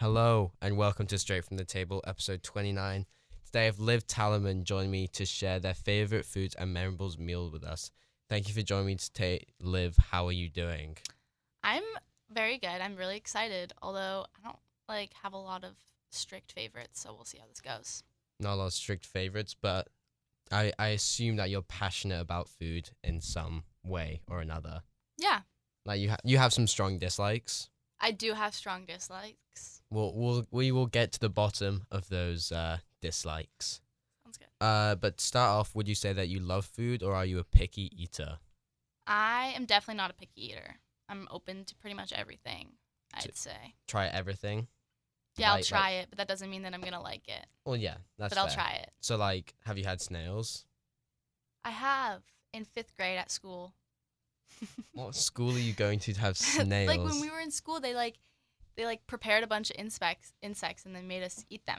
Hello and welcome to Straight from the Table, episode 29. Today I've Liv Tallerman joined me to share their favorite foods and memorable meal with us. Thank you for joining me today, Liv. How are you doing? I'm very good. I'm really excited, although I don't like have a lot of strict favorites, so we'll see how this goes. Not a lot of strict favorites, but I, I assume that you're passionate about food in some way or another. Yeah, Like you ha- you have some strong dislikes. I do have strong dislikes. We'll, we'll we will get to the bottom of those uh, dislikes. Sounds good. Uh, but to start off, would you say that you love food or are you a picky eater? I am definitely not a picky eater. I'm open to pretty much everything, J- I'd say. Try everything. Yeah, I'll like- try it, but that doesn't mean that I'm going to like it. Well, yeah, that's. but I'll fair. try it. So, like, have you had snails? I have in fifth grade at school. What school are you going to to have snails? like when we were in school, they like they like prepared a bunch of insects insects and they made us eat them.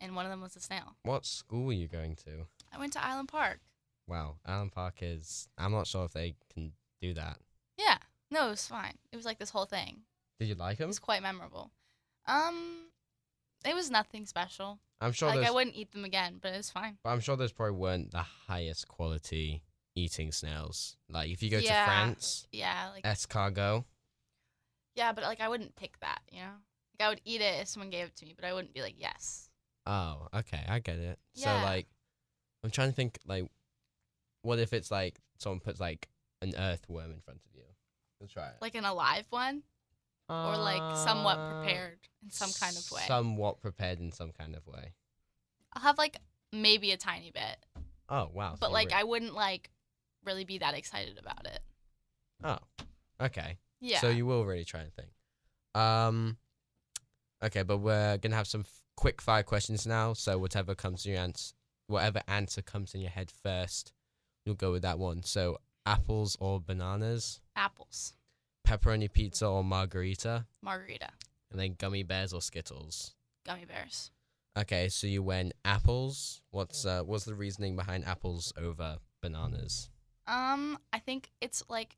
And one of them was a snail. What school are you going to? I went to Island Park. Wow, Allen Park is. I'm not sure if they can do that. Yeah. No, it was fine. It was like this whole thing. Did you like It them? was quite memorable. Um, it was nothing special. I'm sure. like those, I wouldn't eat them again, but it was fine. but I'm sure those probably weren't the highest quality eating snails. Like if you go Yeah. to France, Yeah, Eh. like escargot. yeah, but like I wouldn't pick that. You know, like I would eat it if someone gave it to me, but I wouldn't be like yes. Oh, okay, I get it. Yeah. So like, I'm trying to think like, what if it's like someone puts like an earthworm in front of you? You'll try it. Like an alive one, or like somewhat Uh, prepared in some kind of way. Somewhat prepared in some kind of way. I'll have like maybe a tiny bit, Oh wow. but like I wouldn't like really be that excited about it. I. Oh, okay. Yeah. So you will really try and think. Um, okay, but we're gonna have some f- quick fire questions now. So whatever comes to your answer, whatever answer comes in your head first, you'll go with that one. So apples or bananas, Apples, pepperoni pizza or margarita, margarita, and then gummy bears or Skittles. gummy bears. Okay, so you went apples. What's uh, what's the reasoning behind apples over bananas? Um, I think it's like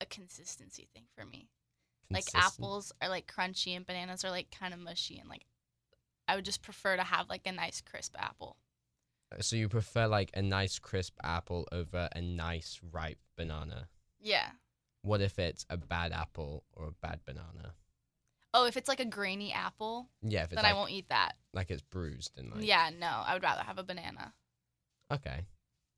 a consistency thing for me. like Consistent- apples are like crunchy and bananas are like kind of mushy and like I would just prefer to have like a nice crisp apple. So you prefer like a nice crisp apple over a nice ripe banana. Yeah. What if it's a bad apple or a bad banana? Oh, if it's like a grainy apple, Yeah, if it's then like, I won't eat that. like it's bruised and like yeah, no, I would rather have a banana. Okay.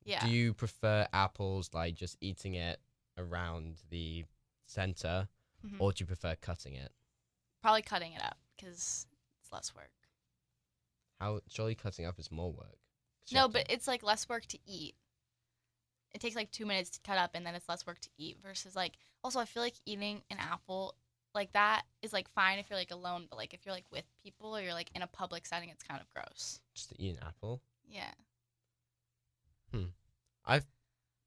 Yeah. Do you prefer apples like just eating it around the center, Mhm. or do you prefer cutting it? Probably cutting it up because it's less work. How surely cutting up is more work. 'Cause you No, have to- but it's like less work to eat. It takes like two minutes to cut up and then it's less work to eat versus like also I feel like eating an apple like that is like fine if you're like alone, but like if you're like with people or you're like in a public setting, it's kind of gross. just to eat an apple. Yeah.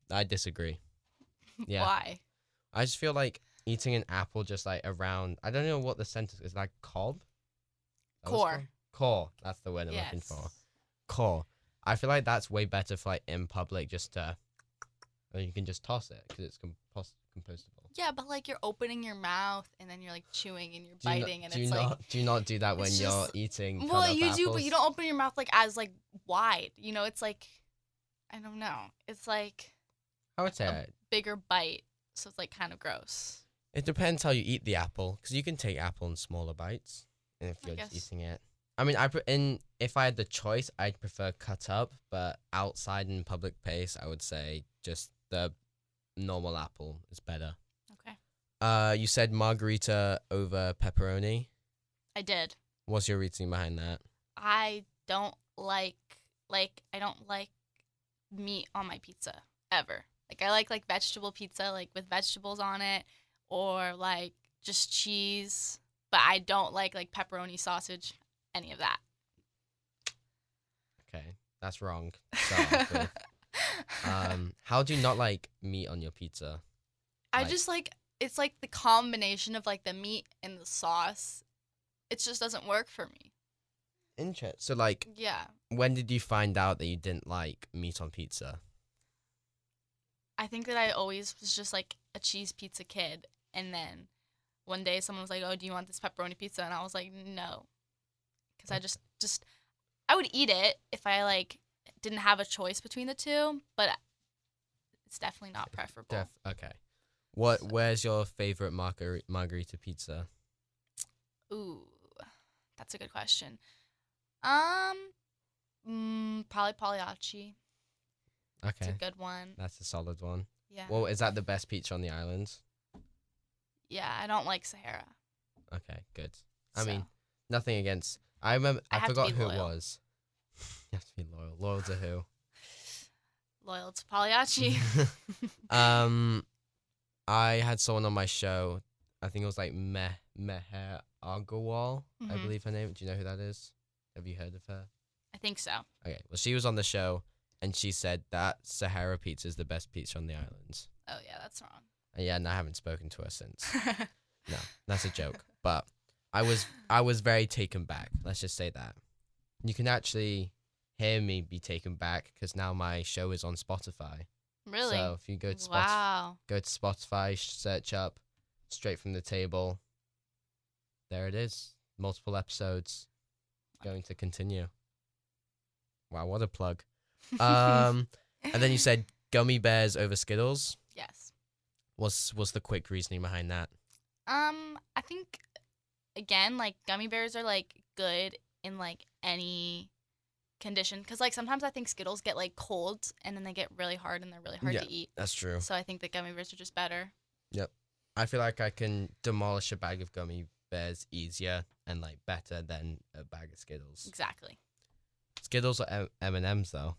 I disagree. Yeah. Why? I just feel like eating an apple just like around. I don't know what the center is like. Cob. That was Core. called? Core. That's the word I'm looking for. core. I feel like that's way better for like in public, just to, or you can just toss it because it's compos- compostable. Yeah, but like you're opening your mouth and then you're like chewing and you're Do you not- biting and do it's you not, like do you not do that when it's you're just- eating? cut well up you do, but apples? you don't open your mouth like as like wide. You know, it's like I don't know. It's like I would say um, bigger bite, so it's like kind of gross. it depends how you eat the apple because you can take apple in smaller bites, and if I you're just guess. eating it. I mean, I pre- in if I had the choice, I'd prefer cut up, but outside in public place, I would say just the normal apple is better. Okay. Uh, you said margarita over pepperoni. I did. What's your reasoning behind that? I don't like like I don't like meat on my pizza ever. Like I like like vegetable pizza like with vegetables on it or like just cheese, but I don't like like pepperoni sausage, any of that. Okay, that's wrong. to start off with. um, how do you not like meat on your pizza? I like- just like it's like the combination of like the meat and the sauce. It just doesn't work for me. Interest. So, like, Yeah. when did you find out that you didn't like meat on pizza? I think that I always was just like a cheese pizza kid, and then one day someone was like, "Oh, do you want this pepperoni pizza?" And I was like, "No," because I just just I would eat it if I like didn't have a choice between the two, but it's definitely not preferable. Def- okay. What? So- Where's your favorite margar- margarita pizza? Ooh, that's a good question. Um, mm, probably Pagliacci. It's Okay, a good one. that's a solid one. Yeah. Well, is that the best pizza on the islands? yeah, I don't like Sahara. Okay, good. I mean, so- nothing against. I remember. I I, have to forgot be who it loyal. was. you have to be loyal. Loyal to who? loyal to Pagliacci. um, I had someone on my show. I think it was like Meh Meher Agarwal. I Mhm. believe her name. Do you know who that is? Have you heard of her? I think so. Okay. Well, she was on the show, and she said that Sahara pizza is the best pizza on the islands. Oh yeah, that's And yeah, and I haven't spoken to her since. wrong. No, that's a joke. but I was I was very taken back. Let's just say that. You can actually hear me be taken back because now my show is on Spotify. really? So if you go to Spotify, wow. go to Spotify, sh- search up straight from the table. There it is. Multiple episodes. Going to continue. Wow, what a plug. Um, and then you said gummy bears over Skittles. yes. What's what's the quick reasoning behind that? Um, I think again, like gummy bears are like good in like any condition because like sometimes I think Skittles get like cold and then they get really hard and they're really hard Yeah. to eat. That's true. So I think the gummy bears are just better. I feel like I can demolish a bag of gummy bears easier and like better than a bag of Skittles. Exactly. Skittles are M- M&Ms though.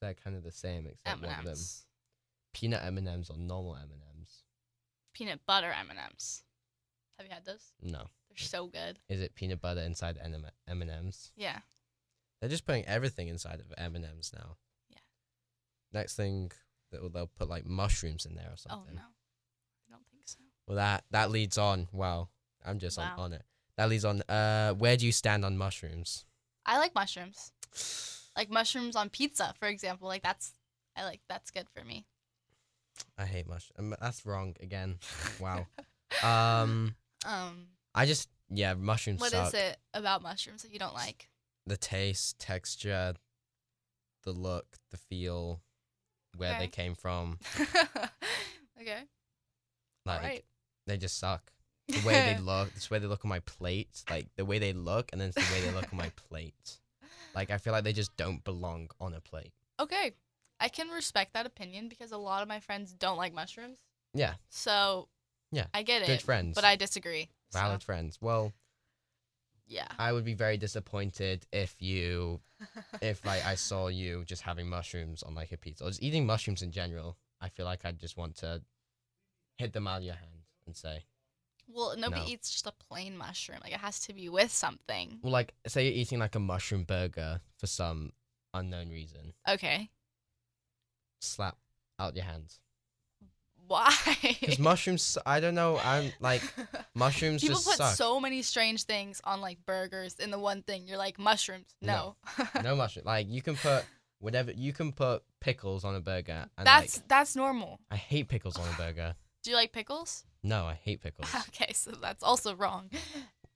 They're kind of the same except one of them. M&Ms. Peanut M&Ms or normal M&Ms? Peanut butter M&Ms. Have you had those? No. They're so good. Is it peanut butter inside M- M&Ms? Yeah. They're just putting everything inside of M&Ms now. Yeah. Next thing they'll, they'll put like mushrooms in there or something. Oh no. I don't think so. Well that that leads on. Wow. I'm just Wow. on, on it. That leads on uh where do you stand on mushrooms? I like mushrooms. Like mushrooms on pizza, for example. Like that's I like that's good for me. I hate mushrooms. That's wrong again. Wow. um, Um I just yeah, mushrooms what is suck. it about mushrooms that you don't like? The taste, texture, the look, the feel, where they Okay. came from. okay. Like all right. they just suck. The way they look, the way they look on my plate, like the way they look, and then it's the way they look on my plate. Like I feel like they just don't belong on a plate. Okay. I can respect that opinion because a lot of my friends don't like mushrooms. Yeah, So Yeah, I get good it. friends, But I disagree. so, valid friends. Well, yeah. I would be very disappointed if you if like I saw you just having mushrooms on like a pizza or just eating mushrooms in general, I feel like I'd just want to hit them out of your hand and say, well, nobody No. eats just a plain mushroom. Like it has to be with something. well, like say you're eating like a mushroom burger for some unknown reason, Okay. slap out your hand Why? because mushrooms. I don't know. I'm like mushrooms People just put suck. so many strange things on like burgers and the one thing you're like mushrooms. No. No. no mushroom. Like you can put whatever you can put pickles on a burger, and that's like that's normal. I hate pickles on a burger. Do you like pickles? No, I hate pickles. Okay, so that's also wrong.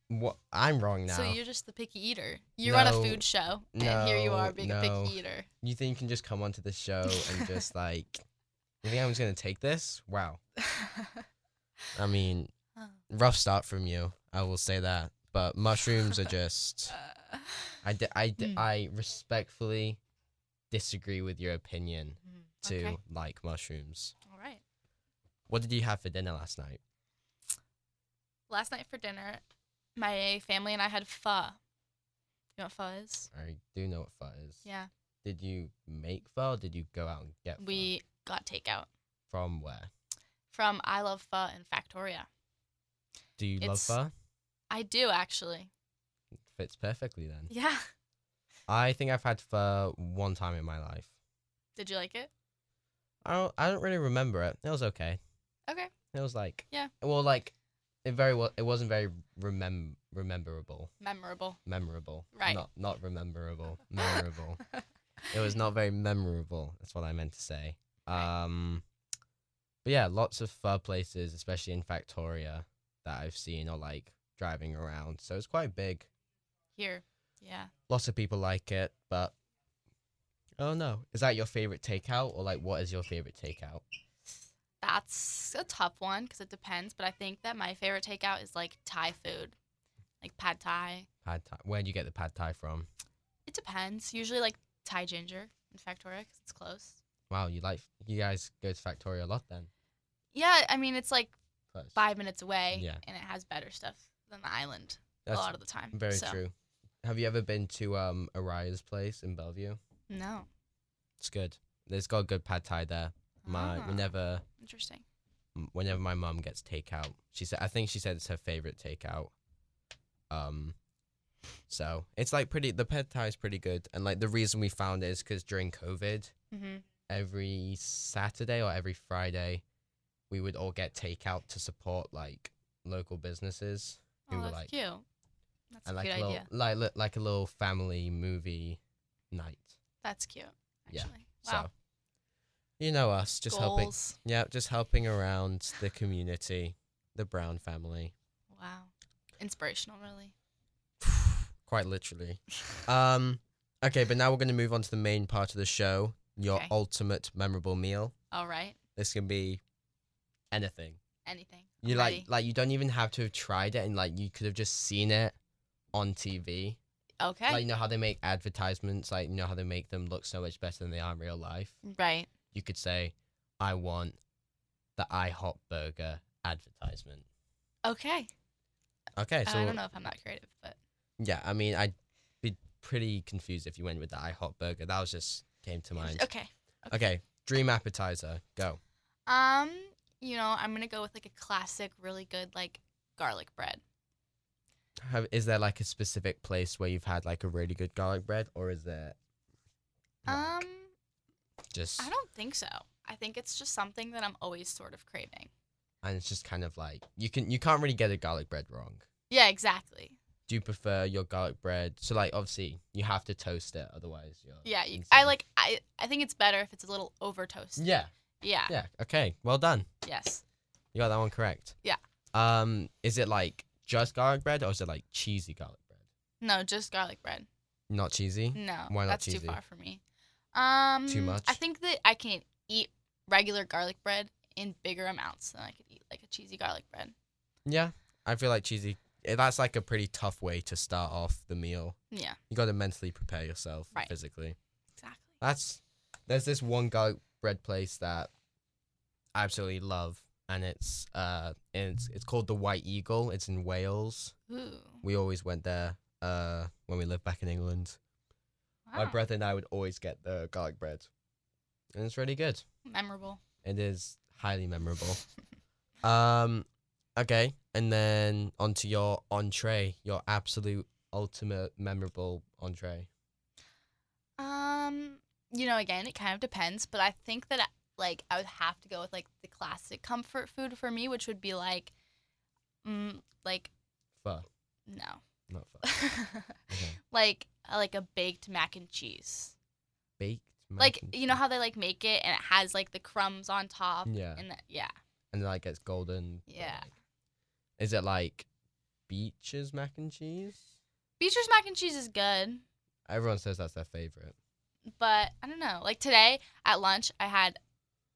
what I'm wrong now. So you're just the picky eater. You run a No. food show and here you No, are being a no. picky eater. You think you can just come onto the show and just like, you think I'm just gonna take this? Wow. I mean, Huh. rough start from you. I will say that. But mushrooms are just. Uh, I di- I di- Mm. I respectfully disagree with your opinion mm, to okay. like mushrooms. All right. What did you have for dinner last night? Last night for dinner, my family and I had pho. You know what pho is? I do know what pho is. Yeah. Did you make pho? Or did you go out and get pho? We got takeout from where? from I Love Pho and Factoria. Do you love It's- pho? I do actually. Fits perfectly then. Yeah. I think I've had pho one time in my life. Did you like it? I don't, I don't really remember it. It was okay. Okay. It was like Yeah. Well, like it very well. It wasn't very remem rememberable, Memorable. memorable. Right. Not not rememberable, memorable. it was not very memorable. That's what I meant to say. Right. Um, but yeah, lots of fur places, especially in Factoria. that I've seen or like driving around. So it's quite big. Here, yeah. Lots of people like it, but I don't know. Is that your favorite takeout or like what is your favorite takeout? That's a tough one because it depends. But I think that my favorite takeout is like Thai food, like pad Thai. Pad Thai. Where do you get the pad Thai from? It depends. Usually like Thai ginger in Factoria 'cause it's close. Wow, you like you guys go to Factoria a lot then? Yeah, I mean it's like Close. five minutes away, Yeah. and it has better stuff than the island That's a lot of the time. very so, true. Have you ever been to um Araya's place in Bellevue? No, It's good. There's got a good pad Thai there. My Ah, whenever interesting. m- whenever my mum gets takeout, she said I think she said it's her favorite takeout. Um, so it's like pretty. The pad thai is pretty good, and like the reason we found it is because during COVID, hmm every Saturday or every Friday, we would all get takeout to support like local businesses who Oh, were that's like cute. That's a and like good a little, idea. like li- like a little family movie night. That's cute. Yeah, Actually. Wow. So you know us, just helping. Goals. Yeah, just helping around the community, the Brown family. Wow. Inspirational, really. quite literally. Um, okay, but now we're going to move on to the main part of the show. Your Okay. ultimate memorable meal. All right. This can be anything. Anything. You I'm like, ready. like you don't even have to have tried it, and like you could have just seen it on TV. Okay. Like you know how they make advertisements, like you know how they make them look so much better than they are in real life. right. You could say, "I want the IHOP burger advertisement." Okay. Okay, so I don't know if I'm that creative, but yeah, I mean, I'd be pretty confused if you went with the IHOP burger. That was just came to mind. okay. Okay, dream appetizer. Go. Um, you know, I'm gonna go with like a classic, really good like garlic bread. Have, is there like a specific place where you've had like a really good garlic bread, or is there Um, just I don't think so. I think it's just something that I'm always sort of craving. and it's just kind of like you can you can't really get a garlic bread wrong. Yeah, exactly. Do you prefer your garlic bread? So like obviously you have to toast it, otherwise you're Yeah, you, insane. I like. I I think it's better if it's a little over toasted. Yeah, Yeah. yeah. Okay, well done. Yes. You got that one correct. Yeah. Um, is it like just garlic bread, or is it like cheesy garlic bread? No, just garlic bread. Not cheesy. No, Why not that's cheesy? too far for me. Um, much? I think that I can eat regular garlic bread in bigger amounts than I could eat like a cheesy garlic bread. Yeah, I feel like cheesy. eh, That's like a pretty tough way to start off the meal. Yeah, You got to mentally prepare yourself Right. physically. exactly. That's there's this one garlic bread place that I absolutely love, and it's uh and it's it's called the White Eagle. It's in Wales. Ooh. We always went there uh when we lived back in England. My wow. brother and I would always get the garlic bread, and it's really good. Memorable. It is highly memorable. um, okay, and then onto your entree, your absolute ultimate memorable entree. Um, you know, again, it kind of depends, but I think that like I would have to go with like the classic comfort food for me, which would be like, mm, like Pho, no, not pho. Okay. like uh, like a baked mac and cheese. baked. mac like and you know cheese. how they like make it and it has like the crumbs on top. Yeah, And the, yeah, and like it's golden. but, Yeah. like- is it like beaches mac and cheese? Beecher's mac and cheese is good, Everyone says that's their favorite. but I don't know. Like today at lunch, I had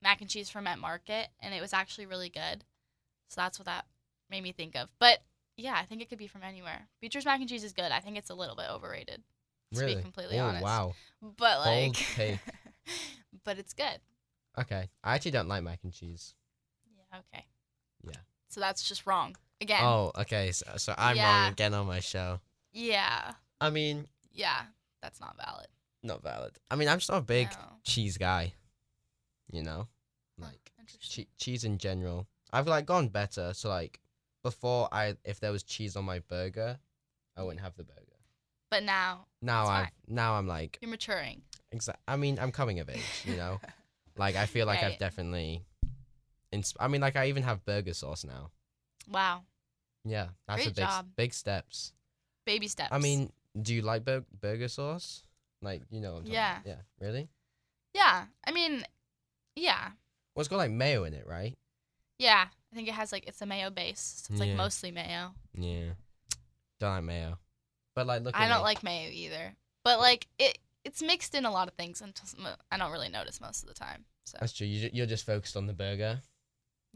mac and cheese from at market, and it was actually really good. So that's what that made me think of. But yeah, I think it could be from anywhere. Beecher's mac and cheese is good. I think it's a little bit overrated, to really? be completely oh honest. wow. But like, Bold take. but it's good. Okay, I actually don't like mac and cheese. Yeah. Okay. Yeah. So that's just wrong again. Oh, okay. So, so I'm Yeah. wrong again on my show. Yeah. I mean, Yeah. That's not valid. not valid. I mean, I'm just not a big No. cheese guy. You know, Huh, like Interesting. che- cheese in general. I've like gone better. So like before, I if there was cheese on my burger, I wouldn't have the burger. But now Now That's I fine. now I'm like you're maturing. exact. I mean, I'm coming of age. You know, like I feel like I've Right. definitely. Insp- I mean, like I even have burger sauce now. Wow. Yeah, that's a Great big s- job. big steps. Baby steps. I mean, do you like bur- burger sauce? Like you know. What I'm talking Yeah. About. Yeah. Really? yeah. I mean, yeah. Well, it's got like mayo in it, right? Yeah. I I think it has like it's a mayo base. So it's like Yeah. mostly mayo. Yeah. Don't like mayo. But like, look. I at don't me. like mayo either. But like it it's mixed in a lot of things and just mo- I don't really notice most of the time. So That's true. You, ju- you're just focused on the burger.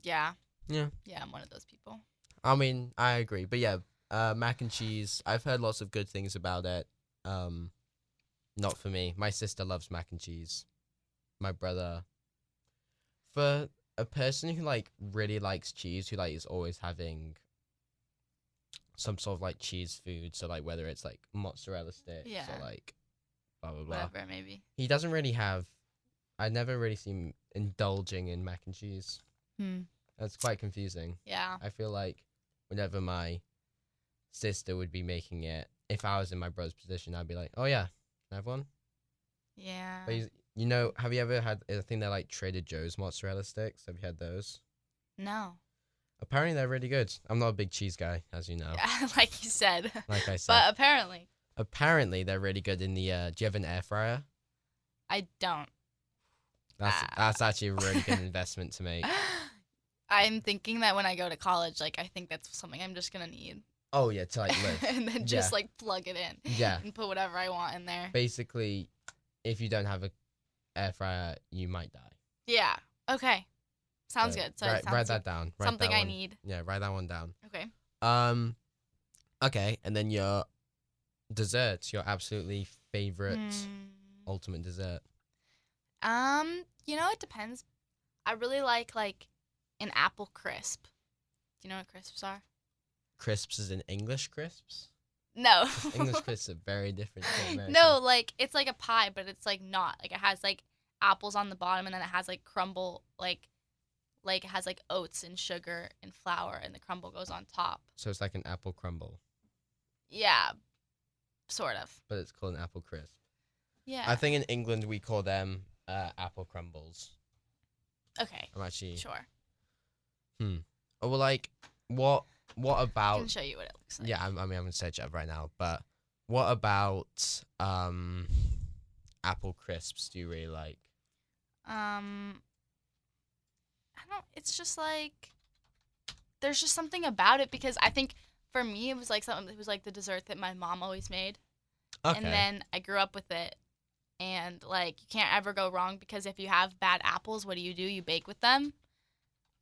yeah. Yeah. Yeah, I'm one of those people. I mean, I agree. But yeah, uh, mac and cheese. I've heard lots of good things about it. Um, not for me. My sister loves mac and cheese. My brother. For a person who like really likes cheese, who like is always having some sort of like cheese food. So like whether it's like mozzarella sticks Yeah. or like blah blah blah. Whatever, maybe. He doesn't really have. I've never really seen him indulging in mac and cheese. Hmm. That's quite confusing. Yeah. I feel like whenever my sister would be making it, if I was in my brother's position, I'd be like, "Oh yeah, can I have one." Yeah. But you, you know, have you ever had? I think they're like Trader Joe's mozzarella sticks. Have you had those? No. Apparently, they're really good. I'm not a big cheese guy, as you know. like you said. Like I said, but um, apparently apparently they're really good in the. Uh, do you have an air fryer? I don't. That's Ah. that's actually a really good investment to make. I'm thinking that when I go to college, like I think that's something I'm just gonna need, Oh yeah, to like live. and then just like plug it in, Yeah. and put whatever I want in there. Basically, if you don't have a air fryer, you might die. Yeah. Okay. Sounds So good. So write, it sounds write like that down. Write something that I one- need. Yeah, write that one down. Okay. Um, okay, and then your desserts, your absolutely favorite Mm. ultimate dessert. Um, you know, it depends. I really like like an apple crisp. Do you know what crisps are? Crisps is in English crisps. No. English crisps are very different. To American. no, like it's like a pie, but it's like not. Like it has like apples on the bottom, and then it has like crumble, like like it has like oats and sugar and flour, and the crumble goes on top. so it's like an apple crumble, Yeah, sort of. but it's called an apple crisp. Yeah. I think in England we call them uh, apple crumbles. okay. I'm actually. Sure. Oh, well, like what? What I about can show you what it looks like. Yeah, I'm, I mean, I'm gonna search it up right now. But what about um, apple crisps? Do you really like? Um. I don't. It's just like there's just something about it because I think for me it was like something. It was like the dessert that my mom always made. Okay. and then I grew up with it. And like you can't ever go wrong because if you have bad apples, what do you do? You bake with them,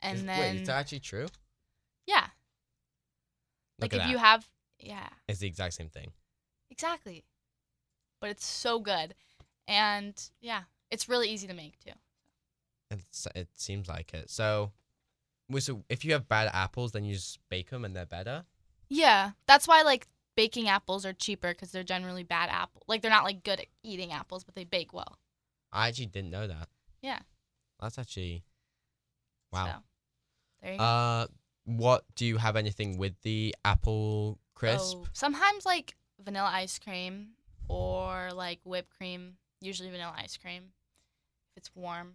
and Is- then wait, is that actually true? yeah, Look like at if that. you have yeah, it's the exact same thing. exactly. But it's so good, and yeah, it's really easy to make too. It's, it seems like it. So, well, so if you have bad apples, then you just bake them and they're better. Yeah, that's why like baking apples are cheaper because they're generally bad apple. Like they're not like good at eating apples, but they bake well. I actually didn't know that. Yeah. That's actually. Wow. So, there you go. Uh, what do you have anything with the apple crisp? Oh, sometimes like vanilla ice cream or like whipped cream. Usually vanilla ice cream if it's warm.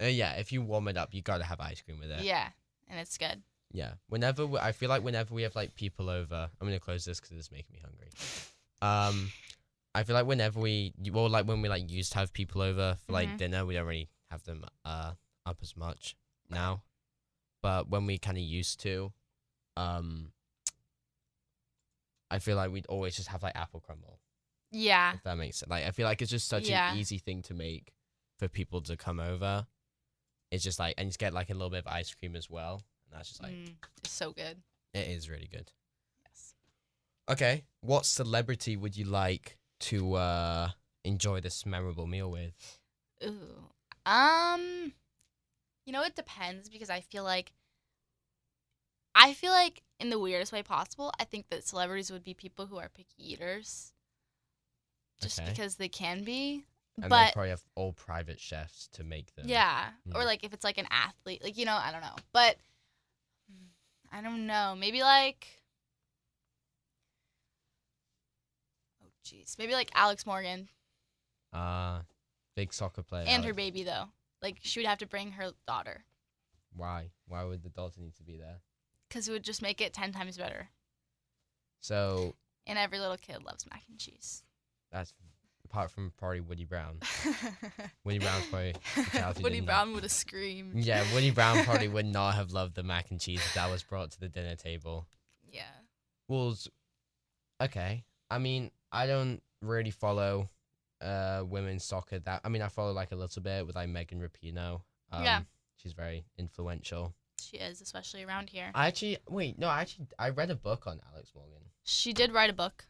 Oh. Uh, yeah, if you warm it up, you gotta have ice cream with Yeah, it. and it's good. Yeah. Whenever we, I feel like whenever we have like people over, I'm gonna close this because it's making me hungry. Um, I feel like whenever we, well, like when we like used to have people over for like Mhm. dinner, we don't really have them uh up as much now, but when we kind of used to, um, I feel like we'd always just have like apple crumble. Yeah, If that makes sense. Like I feel like it's just such Ah. Yeah. an easy thing to make for people to come over. It's just like and just get like a little bit of ice cream as well, and that's just like. Mm, it's so good. It is really good. Yes. Okay, what celebrity would you like to uh, enjoy this memorable meal with? Ooh. Um, you know it depends because I feel like I feel like in the weirdest way possible, I think that celebrities would be people who are picky eaters, just Okay. because they can be. And they but probably have all private chefs to make them. Yeah. Or Mm. like if it's like an athlete, like you know, I don't know. But mm, I don't know. Maybe like Oh jeez. Maybe like Alex Morgan Uh, big soccer player. and her Alex. baby though. Like she would have to bring her daughter Why? Why would the daughter need to be there? cuz it would just make it 10 times better. So And every little kid loves mac and cheese. that's apart from probably Woody Brown. Woody Brown's probably childhood Woody didn't- Brown would have screamed. yeah, Woody Brown probably would not have loved the mac and cheese if that was brought to the dinner table. yeah. Wolves. Okay. I mean, I don't really follow uh women's soccer that I mean I follow like a little bit with like Megan Rapinoe. Um, Yeah. She's very influential. She is, especially around here. I actually wait, no, I actually I read a book on Alex Morgan. She did write a book,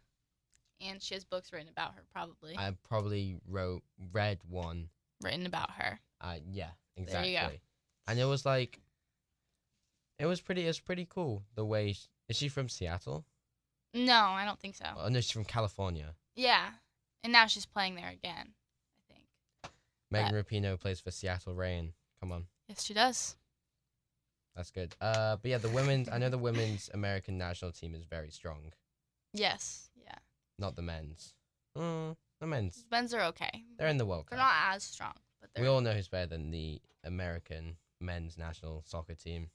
and she has books written about her, probably I probably wrote read one. written about her. Uh yeah, There exactly. you go. And it was like it was pretty it was pretty cool the way sh is she from Seattle? No, I don't think so. Oh no, she's from California. Yeah, and now she's playing there again. I think. Megan Uh, Rapinoe plays for Seattle Rain. Come on. Yes, she does. That's good. Uh, but yeah, the women's. I know the women's American national team is very strong. Yes. Yeah. Not the men's. Mm, the men's. Men's are okay. They're in the World They're Cup. not as strong, but they're. we all know who's better than the American men's national soccer team.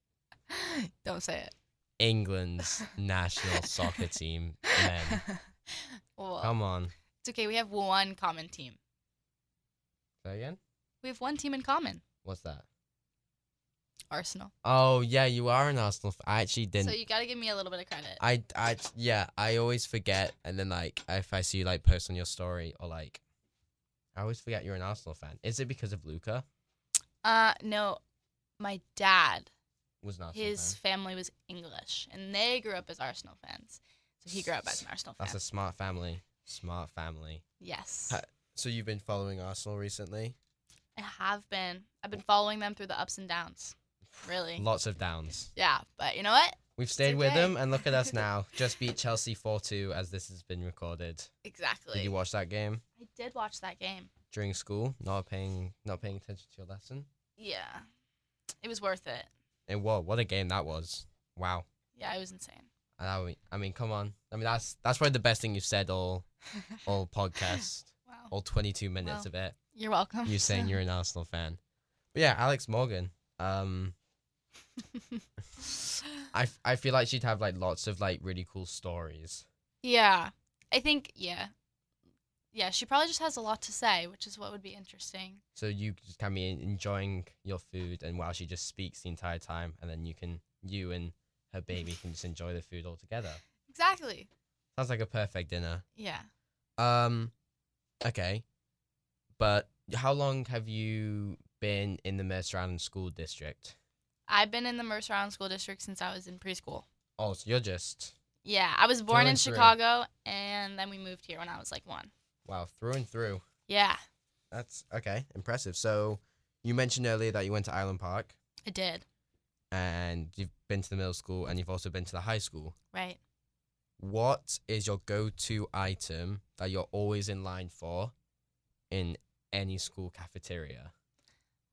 don't say it. England's national soccer team. Men. well, Come on. it's okay. We have one common team. Say again. We have one team in common. What's that? Arsenal. Oh yeah, you are an Arsenal. F- I actually didn't. so you got to give me a little bit of credit. I, I yeah, I always forget, and then like if I see you like post on your story or like, I always forget you're an Arsenal fan. Is it because of Luca? uh, no, my dad, Was an Arsenal his fan? family was English, and they grew up as Arsenal fans. So he grew up as an Arsenal fan. That's a smart family. Smart family. yes, Ha- So you've been following Arsenal recently? I have been. I've been following them through the ups and downs. Really. Lots of downs. Yeah, but you know what? We've stayed with them, okay. and look at us now. Just beat Chelsea 4 2 as this has been recorded. Exactly. Did you watch that game I did watch that game. during school? Not paying not paying attention to your lesson? Yeah, it was worth it. And whoa, what a game that was. Wow. Yeah, it was insane. And I mean, I mean, come on. I mean, that's that's probably the best thing you've said all all podcast, wow. all 22 minutes Well, of it. You're welcome. Oh. You saying you're an Arsenal fan. But yeah, Alex Morgan. Um, I, f- I feel like she'd have like lots of like really cool stories. yeah, I think yeah, yeah. She probably just has a lot to say, which is what would be interesting. So you just can be en- enjoying your food, and while she just speaks the entire time, and then you can you and her baby can just enjoy the food all together. Exactly. Sounds like a perfect dinner. Yeah. Um, okay, but how long have you been in the Mercer Island School District? I've been in the Mercer Island School District since I was in preschool. Oh, so you're just Yeah, I was born Through in and through. Chicago, and then we moved here when I was like one. wow through and through. Yeah, That's okay, impressive. So you mentioned earlier that you went to Island Park. I did. and you've been to the middle school and you've also been to the high school. Right. What is your go to item that you're always in line for in any school cafeteria?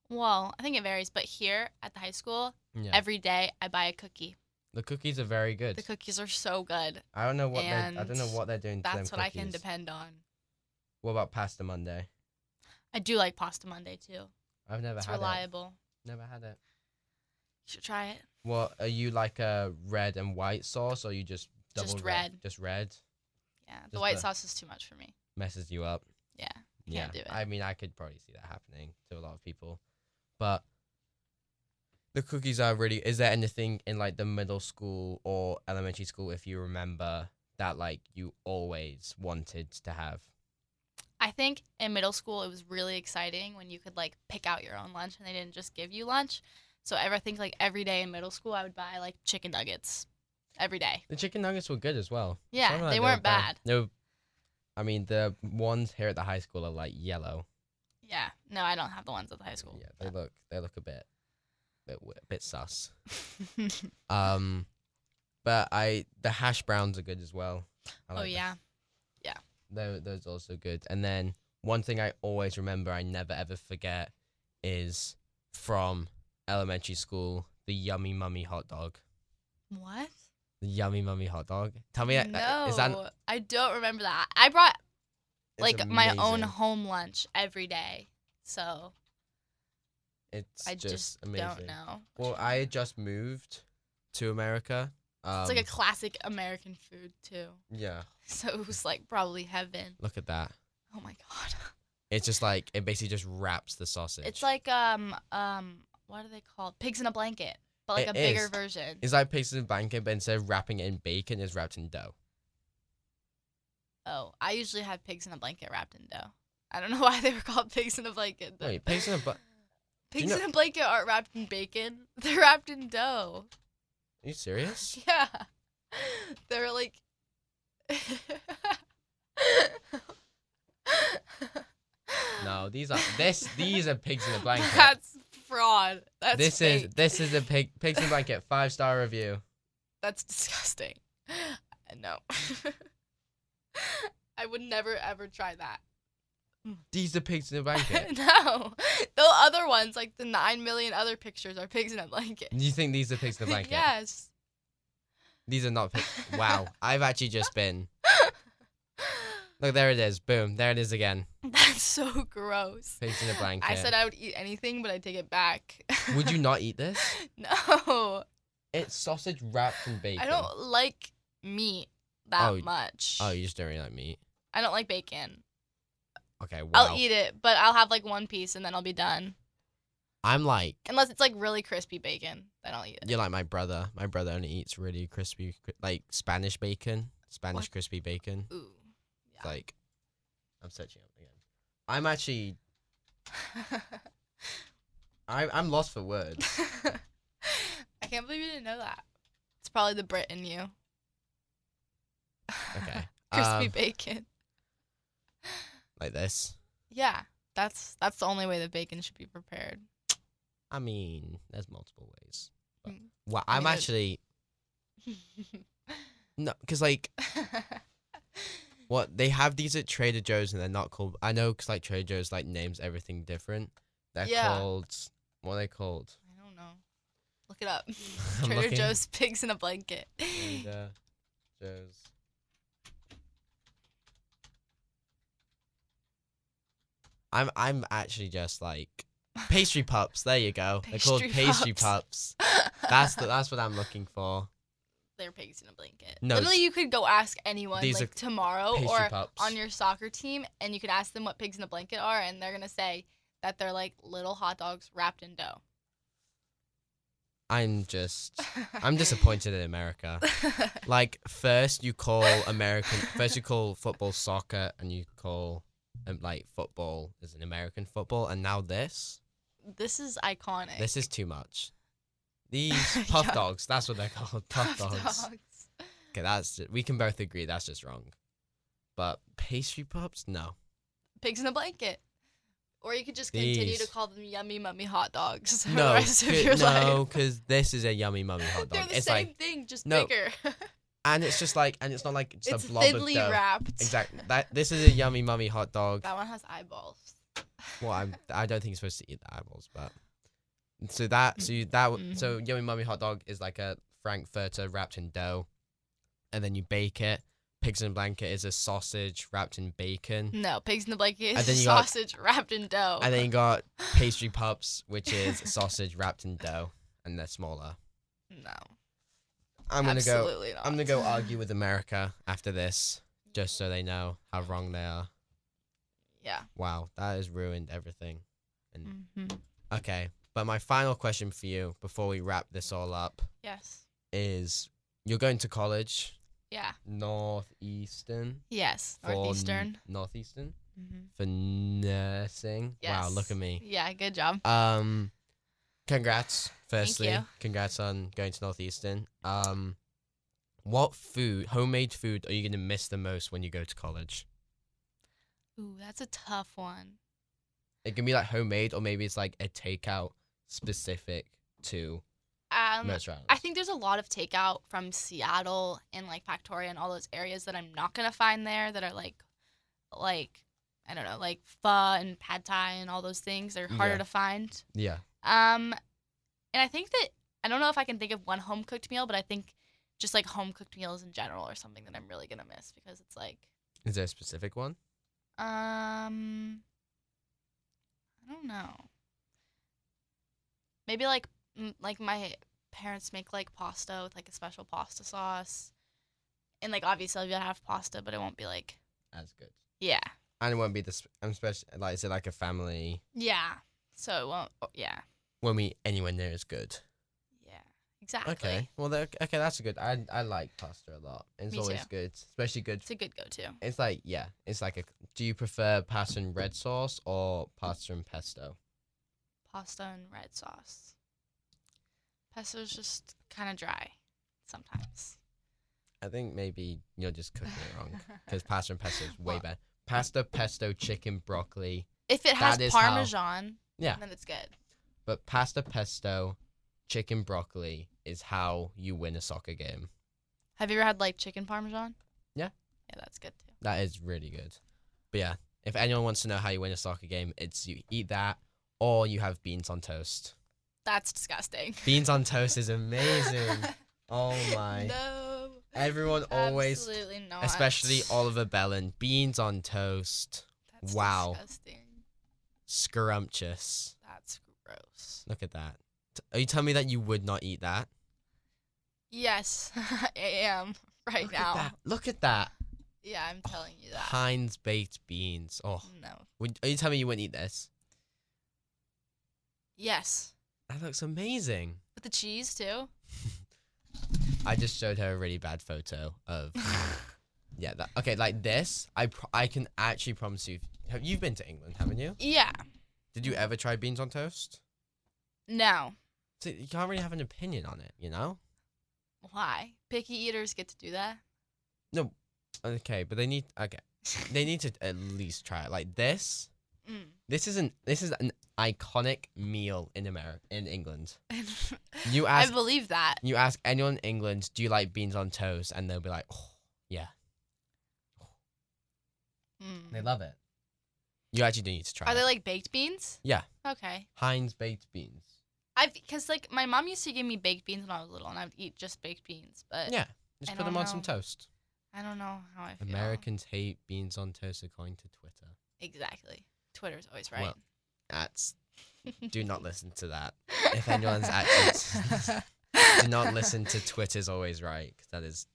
Well, I think it varies, but here at the high school, Yeah. every day I buy a cookie. the cookies are very good. The cookies are so good. I don't know what they're, I don't know and what they're doing to them That's what I can cookies. depend on. What about pasta Monday? I do like Pasta Monday too. I've never it's had reliable. it. Never had it. You should try it. What are you like a red and white sauce or you just double Just red. Just red Yeah, the Just white the- sauce is too much for me. messes you up. Yeah, yeah, can't do it. I mean, I could probably see that happening to a lot of people, but the cookies are really. Is there anything in like the middle school or elementary school, if you remember, that like you always wanted to have? I think in middle school it was really exciting when you could like pick out your own lunch and they didn't just give you lunch. So ever think like every day in middle school I would buy like chicken nuggets every day. The chicken nuggets were good as well. Yeah, Some of them, they were weren't very- bad. No, I mean the ones here at the high school are like yellow. Yeah, no, I don't have the ones at the high school. Yeah, they look they look a bit, bit w- bit sus. Um, but I the hash browns are good as well. I oh like the yeah, Those, those are also good. And then one thing I always remember, I never ever forget, is from elementary school the yummy mummy hot dog. what? The yummy mummy hot dog. Tell me, uh, no, is that I don't remember that. I brought it's like my own amazing. home lunch every day, so It's I just, just amazing. don't know. which Well, one. I had just moved to America Um, it's like a classic American food too. yeah. So it was like probably heaven. Look at that. Oh my god. It's just like it basically just wraps the sausage. It's like um um what are they called? Pigs in a blanket, but like It a bigger is. version. it's like pieces of bacon, but instead of wrapping it in bacon, it's wrapped in dough. oh, I usually have pigs in a blanket wrapped in dough. I don't know why they were called pigs in a blanket. but- Wait, pigs in a bu- you Pigs know- in a blanket aren't wrapped in bacon. They're wrapped in dough. Are you serious? Yeah. They're like no, these are this. These are pigs in a blanket. That's fraud. That's this fake. is this is a pig pigs in a blanket five star review. That's disgusting. No. I would never ever try that. These are pigs in a blanket. no. The other ones, like the nine million other pictures, are pigs in a blanket. You think these are pigs in a blanket? yes. These are not pigs. Wow, I've actually just been. Look, there it is. Boom, there it is again. That's so gross. Pigs in a blanket. I said I would eat anything, but I take it back. Would you not eat this? no. It's sausage wrapped in bacon. I don't like meat that Oh, much. Oh, you just don't really like meat. I don't like bacon. Okay, wow. I'll eat it, but I'll have like one piece and then I'll be done. I'm like Unless it's like really crispy bacon, then I'll eat it. you're like my brother. My brother only eats really crispy, cri- like Spanish bacon, Spanish What? crispy bacon. Ooh. It's Like, I'm searching up again. I'm actually, I, I'm lost for words. I can't believe you didn't know that. It's probably the Brit in you. Okay, Crispy um, bacon. like this. Yeah. That's that's the only way the bacon should be prepared. I mean, there's multiple ways. But, Mm. well, I'm mean, it- actually Mm. no, because like what they have these at Trader Joe's and they're not called. I know because like Trader Joe's like names everything different. They're Yeah. called what are they called? I don't know. Look it up. I'm Trader looking. Joe's pigs in a blanket. Trader Joe's. I'm I'm actually just like pastry pups. There you go. They're called Pastry pastry pups. pups. That's the, that's what I'm looking for. They're pigs in a blanket. No, Literally, you could go ask anyone these like are tomorrow Pastry Oh, or pups. on your soccer team, and you could ask them what pigs in a blanket are, and they're gonna say that they're like little hot dogs wrapped in dough. I'm just I'm disappointed in America. Like first you call American first you call football soccer and you call um, like football is an American football and now this this is iconic. this is too much. These puff Yeah. dogs, that's what they're called, puff, Puff dogs. Okay, that's ju- we can both agree that's just wrong. But pastry pups, no. Pigs in a blanket. Or you could just continue to These. call call them yummy mummy hot dogs for No, the rest of c- your no, life. because this is a yummy mummy hot They're dog. the It's same like, thing, just no, bigger. and it's just like, and it's not like just it's a blob thinly of dough. wrapped. Exactly. That this is a yummy mummy hot dog. That one has eyeballs. Well, I'm, I don't think you're supposed to eat the eyeballs, but so that so you, that w- so yummy mummy hot dog is like a frankfurter wrapped in dough, and then you bake it. Pigs in a blanket is a sausage wrapped in bacon. No, pigs in the blanket And is then you got- sausage wrapped in dough. And then you got pastry pups, which is sausage wrapped in dough, and they're smaller. no, I'm gonna go. absolutely not. I'm gonna go argue with America after this, just so they know how wrong they are. Yeah. Wow, that has ruined everything. hmm Okay, but my final question for you before we wrap this all up Yes. is: You're going to college, Yeah. northeastern, Yes. for n- Northeastern. northeastern Mm-hmm. for nursing. Wow, look at me. Yeah. Good job. Um, congrats. Firstly, you. congrats on going to Northeastern. Um, what food, homemade food, are you gonna miss the most when you go to college? Ooh, that's a tough one. It can be like homemade, or maybe it's like a takeout specific to Um, Mertz Islands. I think there's a lot of takeout from Seattle and like Pactoria and all those areas that I'm not gonna find there that are like, like, I don't know, like pho and pad thai and all those things. They're harder Yeah. to find. Yeah, Um, and I think that I don't know if I can think of one home cooked meal, but I think just like home cooked meals in general are something that I'm really gonna miss because it's like, is there a specific one? um, I don't know. Maybe like m- like my parents make like pasta with like a special pasta sauce, and like obviously I'll have pasta, but it won't be like As good. yeah, And it won't be this. I'm special. Like, is it like a family? yeah. So it won't. oh, Yeah, Won't be anywhere near as good. yeah, exactly. Okay. Well, that- okay, that's a good. I I like pasta a lot. It's Me always too. good, especially good. It's a good go-to. It's like yeah, it's like a. Do you prefer pasta and red sauce or pasta and pesto? Pasta and red sauce. Pesto's just kind of dry sometimes. I think maybe you're just cooking it wrong because pasta and pesto is way better. Pasta, pesto, chicken, broccoli, if it has That is how- parmesan, Yeah. then it's good. but pasta, pesto, chicken, broccoli is how you win a soccer game. Have you ever had like chicken parmesan? Yeah. Yeah, that's good too. That is really good. But yeah, if anyone wants to know how you win a soccer game, it's you eat that or you have beans on toast. That's disgusting. Beans on toast is amazing. Oh my. No. Everyone always, Absolutely not. especially Oliver Bellin, beans on toast. That's wow. Disgusting. Scrumptious. That's gross. Look at that. T- Are you telling me that you would not eat that? Yes, I am right Look now. at that. Look at that. Yeah, I'm telling you that. Heinz baked beans. Oh, No. would, are you telling me you wouldn't eat this? Yes, That looks amazing. with the cheese too. I just showed her a really bad photo of. yeah, that, okay, like this. I pr- I can actually promise you. Have you've been to England, haven't you? yeah. Did you ever try beans on toast? No. So you can't really have an opinion on it, you know? Why? Picky eaters get to do that. Okay, but they need okay. They need to at least try it. Like this. Mm. This is an this is an iconic meal in America in England. You ask I believe that. you ask anyone in England, do you like beans on toast? And they'll be like, oh, Mm. they love it. You actually do need to try. Are it. they like baked beans? Yeah. Okay. Heinz baked beans? I've because like my mom used to give me baked beans when I was little, and I would eat just baked beans. But Yeah, just Uh, I put them don't on some know. toast. I don't know how I feel. Americans hate beans on toast, according to Twitter. Exactly. Twitter's always right. Well, That's do not listen to that. if anyone's actually- Do not listen to Twitter's always right because that is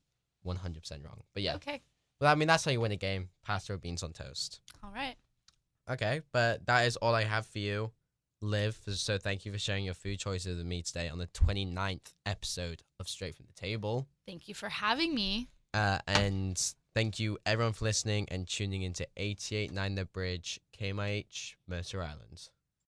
100% wrong. But yeah, Okay. well, I mean that's how you win a game: pasta or beans on toast. All right. Okay, but that is all I have for you, Liv. So thank you for sharing your food choices with me today on the 29th episode of Straight from the Table. Thank you for having me. Uh, and thank you everyone for listening and tuning into 889 The Bridge, KMIH, Mercer Island.